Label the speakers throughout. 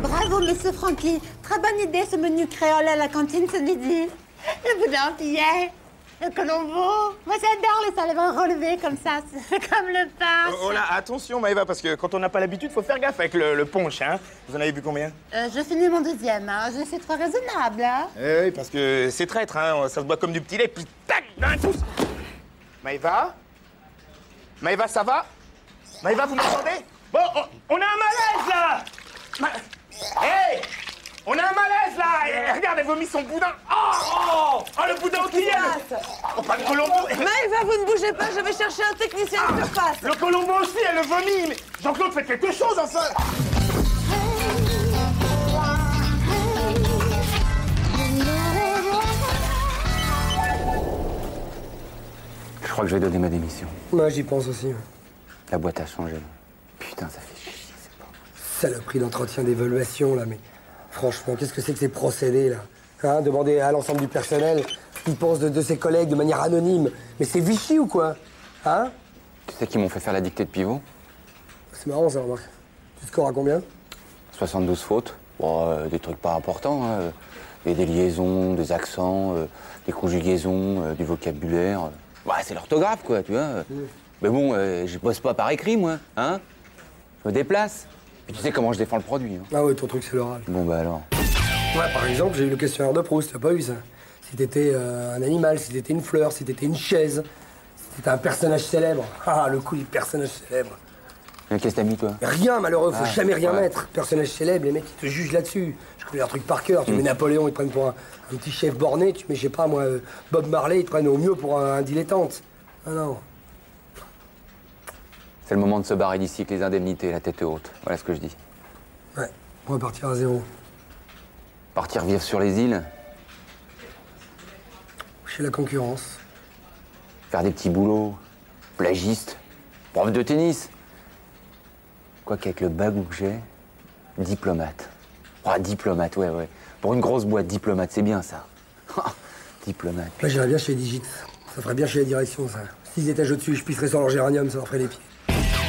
Speaker 1: Bravo, monsieur Francky. Très bonne idée, ce menu créole à la cantine ce midi. Le boudin antillais, le colombo. Moi, j'adore les salades relevées comme ça, comme le pain.
Speaker 2: Oh, oh là, attention Maëva, parce que quand on n'a pas l'habitude, faut faire gaffe avec le, le punch, hein. Vous en avez bu combien
Speaker 1: Euh, je finis mon deuxième. Hein. Je suis trop raisonnable. hein.
Speaker 2: Eh oui, parce que c'est traître, hein. Ça se boit comme du petit lait, puis tac, d'un coup. Maëva Maëva, ça va Maëva, vous m'entendez Bon, on, on a un malaise, là Ma- Hey On a un malaise, là Eh, Regarde, elle vomit son boudin Oh Oh, oh le boudin au tilleul Oh, pas de colombo
Speaker 3: Maëva, vous ne bougez pas, je vais chercher un technicien de surface.
Speaker 2: Le colombo aussi, elle le vomit Mais Jean-Claude, faites quelque chose, enfin
Speaker 4: Je crois que je vais donner ma démission.
Speaker 5: Moi, j'y pense aussi. hein.
Speaker 4: La boîte a changé. Putain, ça fait chier, c'est pas bon.
Speaker 5: Saloperie d'entretien d'évaluation, là, mais franchement, qu'est-ce que c'est que ces procédés, là hein, Demander à l'ensemble du personnel ce qu'ils pensent de, de ses collègues de manière anonyme. Mais c'est Vichy ou quoi Hein
Speaker 4: Tu sais qu'ils m'ont fait faire la dictée de pivot
Speaker 5: C'est marrant, ça, remarque. Tu scores à combien
Speaker 4: 72 fautes. Bon, euh, des trucs pas importants. hein, euh, Et des liaisons, des accents, euh, des conjugaisons, euh, du vocabulaire. Ouais, c'est l'orthographe, quoi, tu vois. euh. Mais bon, euh, je bosse pas par écrit, moi, hein Je me déplace. Puis tu sais comment je défends le produit. hein.
Speaker 5: Ah ouais, ton truc, c'est l'oral.
Speaker 4: Bon, bah alors.
Speaker 5: Moi, par exemple, j'ai eu le questionnaire de Proust, t'as pas eu ça Si t'étais euh, un animal, si t'étais une fleur, si t'étais une chaise, si t'étais un personnage célèbre. Ah, le coup du personnage célèbre.
Speaker 4: Mais Euh, Qu'est-ce que t'as mis, toi
Speaker 5: Rien, malheureux, faut
Speaker 4: Ah,
Speaker 5: jamais rien
Speaker 4: ouais.
Speaker 5: mettre. Personnage célèbre, les mecs, ils te jugent là-dessus. Je connais leur truc par cœur.
Speaker 4: Mm.
Speaker 5: Tu mets Napoléon, ils te prennent pour un, un petit chef borné. Tu mets, je sais pas, moi, euh, Bob Marley, ils te prennent au mieux pour un, un dilettante. Ah non.
Speaker 4: C'est le moment de se barrer d'ici avec les indemnités, la tête haute. Voilà ce que je dis.
Speaker 5: Ouais, on va partir à zéro.
Speaker 4: Partir vivre sur les îles,
Speaker 5: Chez la concurrence.
Speaker 4: faire des petits boulots, plagiste, prof de tennis. Quoique avec le bagou que j'ai, diplomate. Oh, diplomate, ouais, ouais. Pour une grosse boîte, diplomate, c'est bien ça. Ah, diplomate.
Speaker 5: Moi, j'irais bien chez Digit. Ça ferait bien chez la direction, ça. Six étages au-dessus, je pisserais sur leur géranium, ça leur ferait les pieds.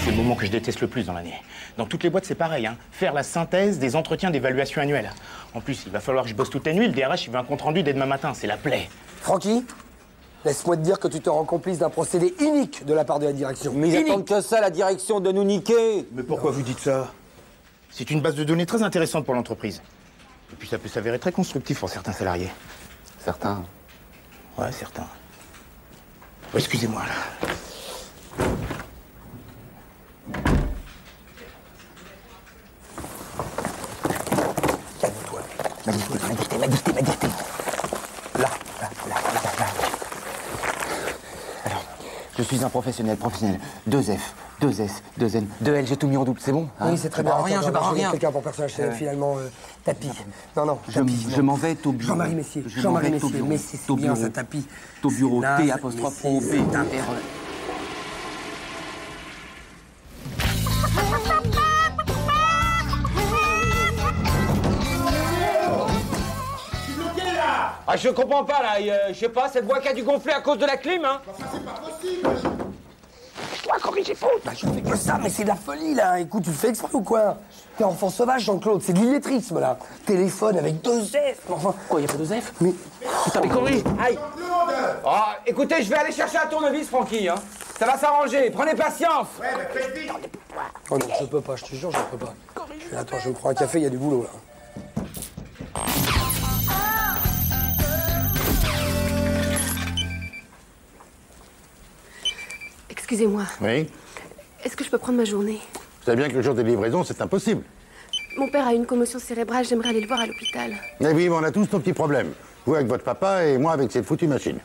Speaker 2: C'est le moment que je déteste le plus dans l'année. Dans toutes les boîtes, c'est pareil. Hein. Faire la synthèse des entretiens d'évaluation annuelle. En plus, il va falloir que je bosse toute la nuit. Le DRH, il veut un compte-rendu dès demain matin. C'est la plaie.
Speaker 5: Francky, laisse-moi te dire que tu te rends complice d'un procédé unique de la part de la direction. Unique.
Speaker 4: que ça, la direction, de nous niquer
Speaker 2: Mais pourquoi vous dites ça C'est une base de données très intéressante pour l'entreprise. Et puis, ça peut s'avérer très constructif pour certains salariés.
Speaker 4: Certains.
Speaker 2: Ouais, certains. Oh, Excusez-moi, là.
Speaker 5: Calme-toi. Ma dictée, ma dictée, ma dictée, ma dictée. Là, là, là, là, là.
Speaker 4: Alors, je suis un professionnel, professionnel. Deux F, deux S, deux N, deux L, j'ai tout mis en double, c'est bon hein
Speaker 5: Oui, c'est très
Speaker 4: Je
Speaker 5: bien.
Speaker 4: barre rien,
Speaker 5: Attends,
Speaker 4: je barre
Speaker 5: vais
Speaker 4: rien.
Speaker 5: Quelqu'un pour personnage célèbre,
Speaker 4: Ouais.
Speaker 5: finalement, euh, tapis. Non, non,
Speaker 4: Je-
Speaker 5: tapis,
Speaker 4: je
Speaker 5: non.
Speaker 4: m'en vais, Taubira.
Speaker 5: Jean-Marie Messier,
Speaker 4: Je m'en
Speaker 5: Jean-Marie
Speaker 4: vais,
Speaker 5: Messier,
Speaker 4: Taubira.
Speaker 5: Messier, c'est
Speaker 4: Taubira.
Speaker 5: bien ça, tapis.
Speaker 4: Taubira,
Speaker 5: C'est naze,
Speaker 4: T apostrophe O,
Speaker 5: Messier,
Speaker 4: B,
Speaker 5: c'est naze.
Speaker 4: R, E.
Speaker 6: Ah, je comprends pas, là. Il, euh, je sais pas, cette boîte qui a dû gonfler à cause de la clim, hein.
Speaker 4: Oh,
Speaker 5: Bah, je fais que ça, mais c'est de la folie, là. Écoute, tu le fais exprès ou quoi T'es enfant sauvage, Jean-Claude, c'est de l'illettrisme, là. Téléphone avec deux F, mais enfin... Quoi, il n'y a pas deux F Mais...
Speaker 6: Putain, mais Cory, aïe. Ah, écoutez, je vais aller chercher un tournevis, Francky, hein. Ça va s'arranger, prenez patience.
Speaker 5: Oh non, je peux pas, je te jure, je peux pas. Je- Attends, je me prends un café, il y a du boulot, là.
Speaker 3: Excusez-moi,
Speaker 7: Oui.
Speaker 3: est-ce que je peux prendre ma journée
Speaker 7: Vous savez bien que le jour des livraisons, c'est impossible.
Speaker 3: Mon père a une commotion cérébrale, j'aimerais aller le voir à l'hôpital.
Speaker 7: Mais oui, mais on a tous nos petits problèmes. Vous avec votre papa et moi avec cette foutue machine.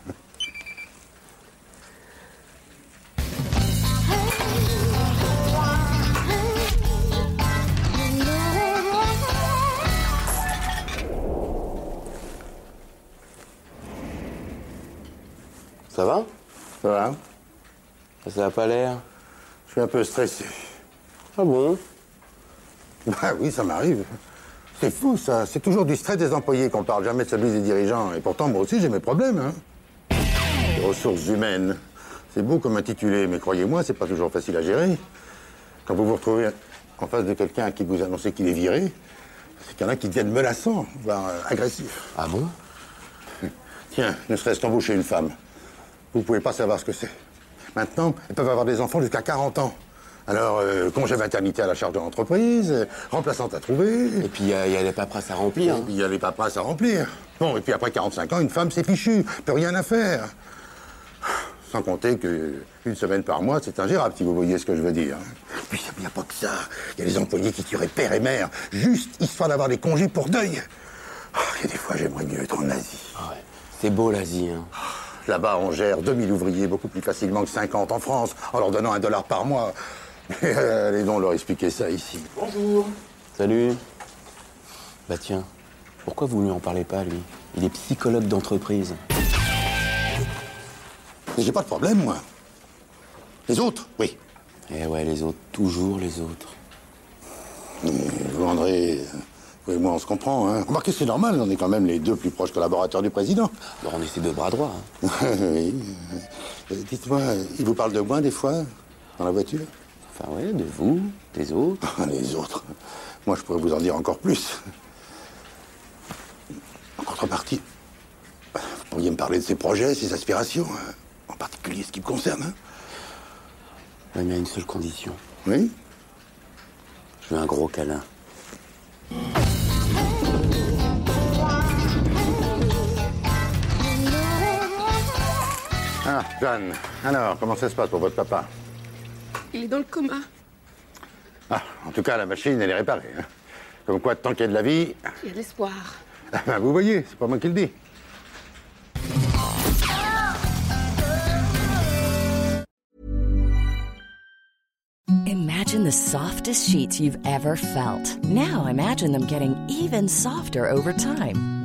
Speaker 2: Ça va
Speaker 4: Ça va hein Ça a pas l'air.
Speaker 2: Je suis un peu stressé.
Speaker 4: Ah bon
Speaker 2: Bah oui, ça m'arrive. C'est fou, ça. C'est toujours du stress des employés qu'on parle, jamais de celui des dirigeants. Et pourtant, moi aussi, j'ai mes problèmes. Hein. Les ressources humaines. C'est beau comme intitulé, mais croyez-moi, c'est pas toujours facile à gérer. Quand vous vous retrouvez en face de quelqu'un à qui vous annoncez qu'il est viré, c'est qu'il y en a qui deviennent menaçants, voire euh, agressifs.
Speaker 4: Ah bon
Speaker 2: Tiens, ne serait-ce qu'embaucher une femme. Vous pouvez pas savoir ce que c'est. Maintenant, elles peuvent avoir des enfants jusqu'à 40 ans. Alors, euh, congé maternité à la charge de l'entreprise, euh, remplaçante à trouver,
Speaker 4: Et puis il y, a- il y a des paperasses à remplir. hein.
Speaker 2: il y a les paperasses à remplir. Bon, et puis après 45 ans, une femme, c'est fichu. Plus rien à faire. Sans compter que une semaine par mois, c'est ingérable, si vous voyez ce que je veux dire. Puis il n'y a pas que ça. Il y a des employés qui tueraient père et mère, juste histoire d'avoir des congés pour deuil. Ah, Il y a des fois, j'aimerais mieux être en Asie.
Speaker 4: Ah ouais. C'est beau l'Asie. Hein.
Speaker 2: Là-bas, on gère 2000 ouvriers beaucoup plus facilement que 50 en France, en leur donnant un dollar par mois. Mais euh, allez donc leur expliquer ça ici.
Speaker 4: Salut. Bah tiens, pourquoi vous lui en parlez pas lui Il est psychologue d'entreprise.
Speaker 2: Mais J'ai pas de problème, moi. Les autres, oui.
Speaker 4: Eh ouais, les autres, toujours les autres.
Speaker 2: Vous, André, euh, vous et moi, on se comprend. Hein. Remarquez, c'est normal, on est quand même les deux plus proches collaborateurs du président.
Speaker 4: Alors on est ses deux bras droits. hein.
Speaker 2: oui. Euh, Dites-moi, euh, il vous parle de moi des fois Dans la voiture
Speaker 4: Enfin ouais, de vous, des autres.
Speaker 2: Ah, Les autres. Moi, je pourrais vous en dire encore plus. En contrepartie, vous pourriez me parler de ses projets, ses aspirations, euh, en
Speaker 4: hein.
Speaker 2: particulier ce qui me concerne. hein.
Speaker 4: Ouais, mais à une seule condition.
Speaker 2: Oui
Speaker 4: Je veux un gros câlin.
Speaker 2: Ah, Jeanne, alors, comment ça se passe pour votre papa
Speaker 3: Il est dans le coma.
Speaker 2: Ah, en tout cas, la machine, elle est réparée. hein. Comme quoi, tant qu'il y a de la vie,
Speaker 3: Il y a de l'espoir.
Speaker 2: Ah ben, vous voyez, c'est pas moi qui le dis.
Speaker 5: Imagine the softest sheets you've ever felt. Now imagine them getting even softer over time.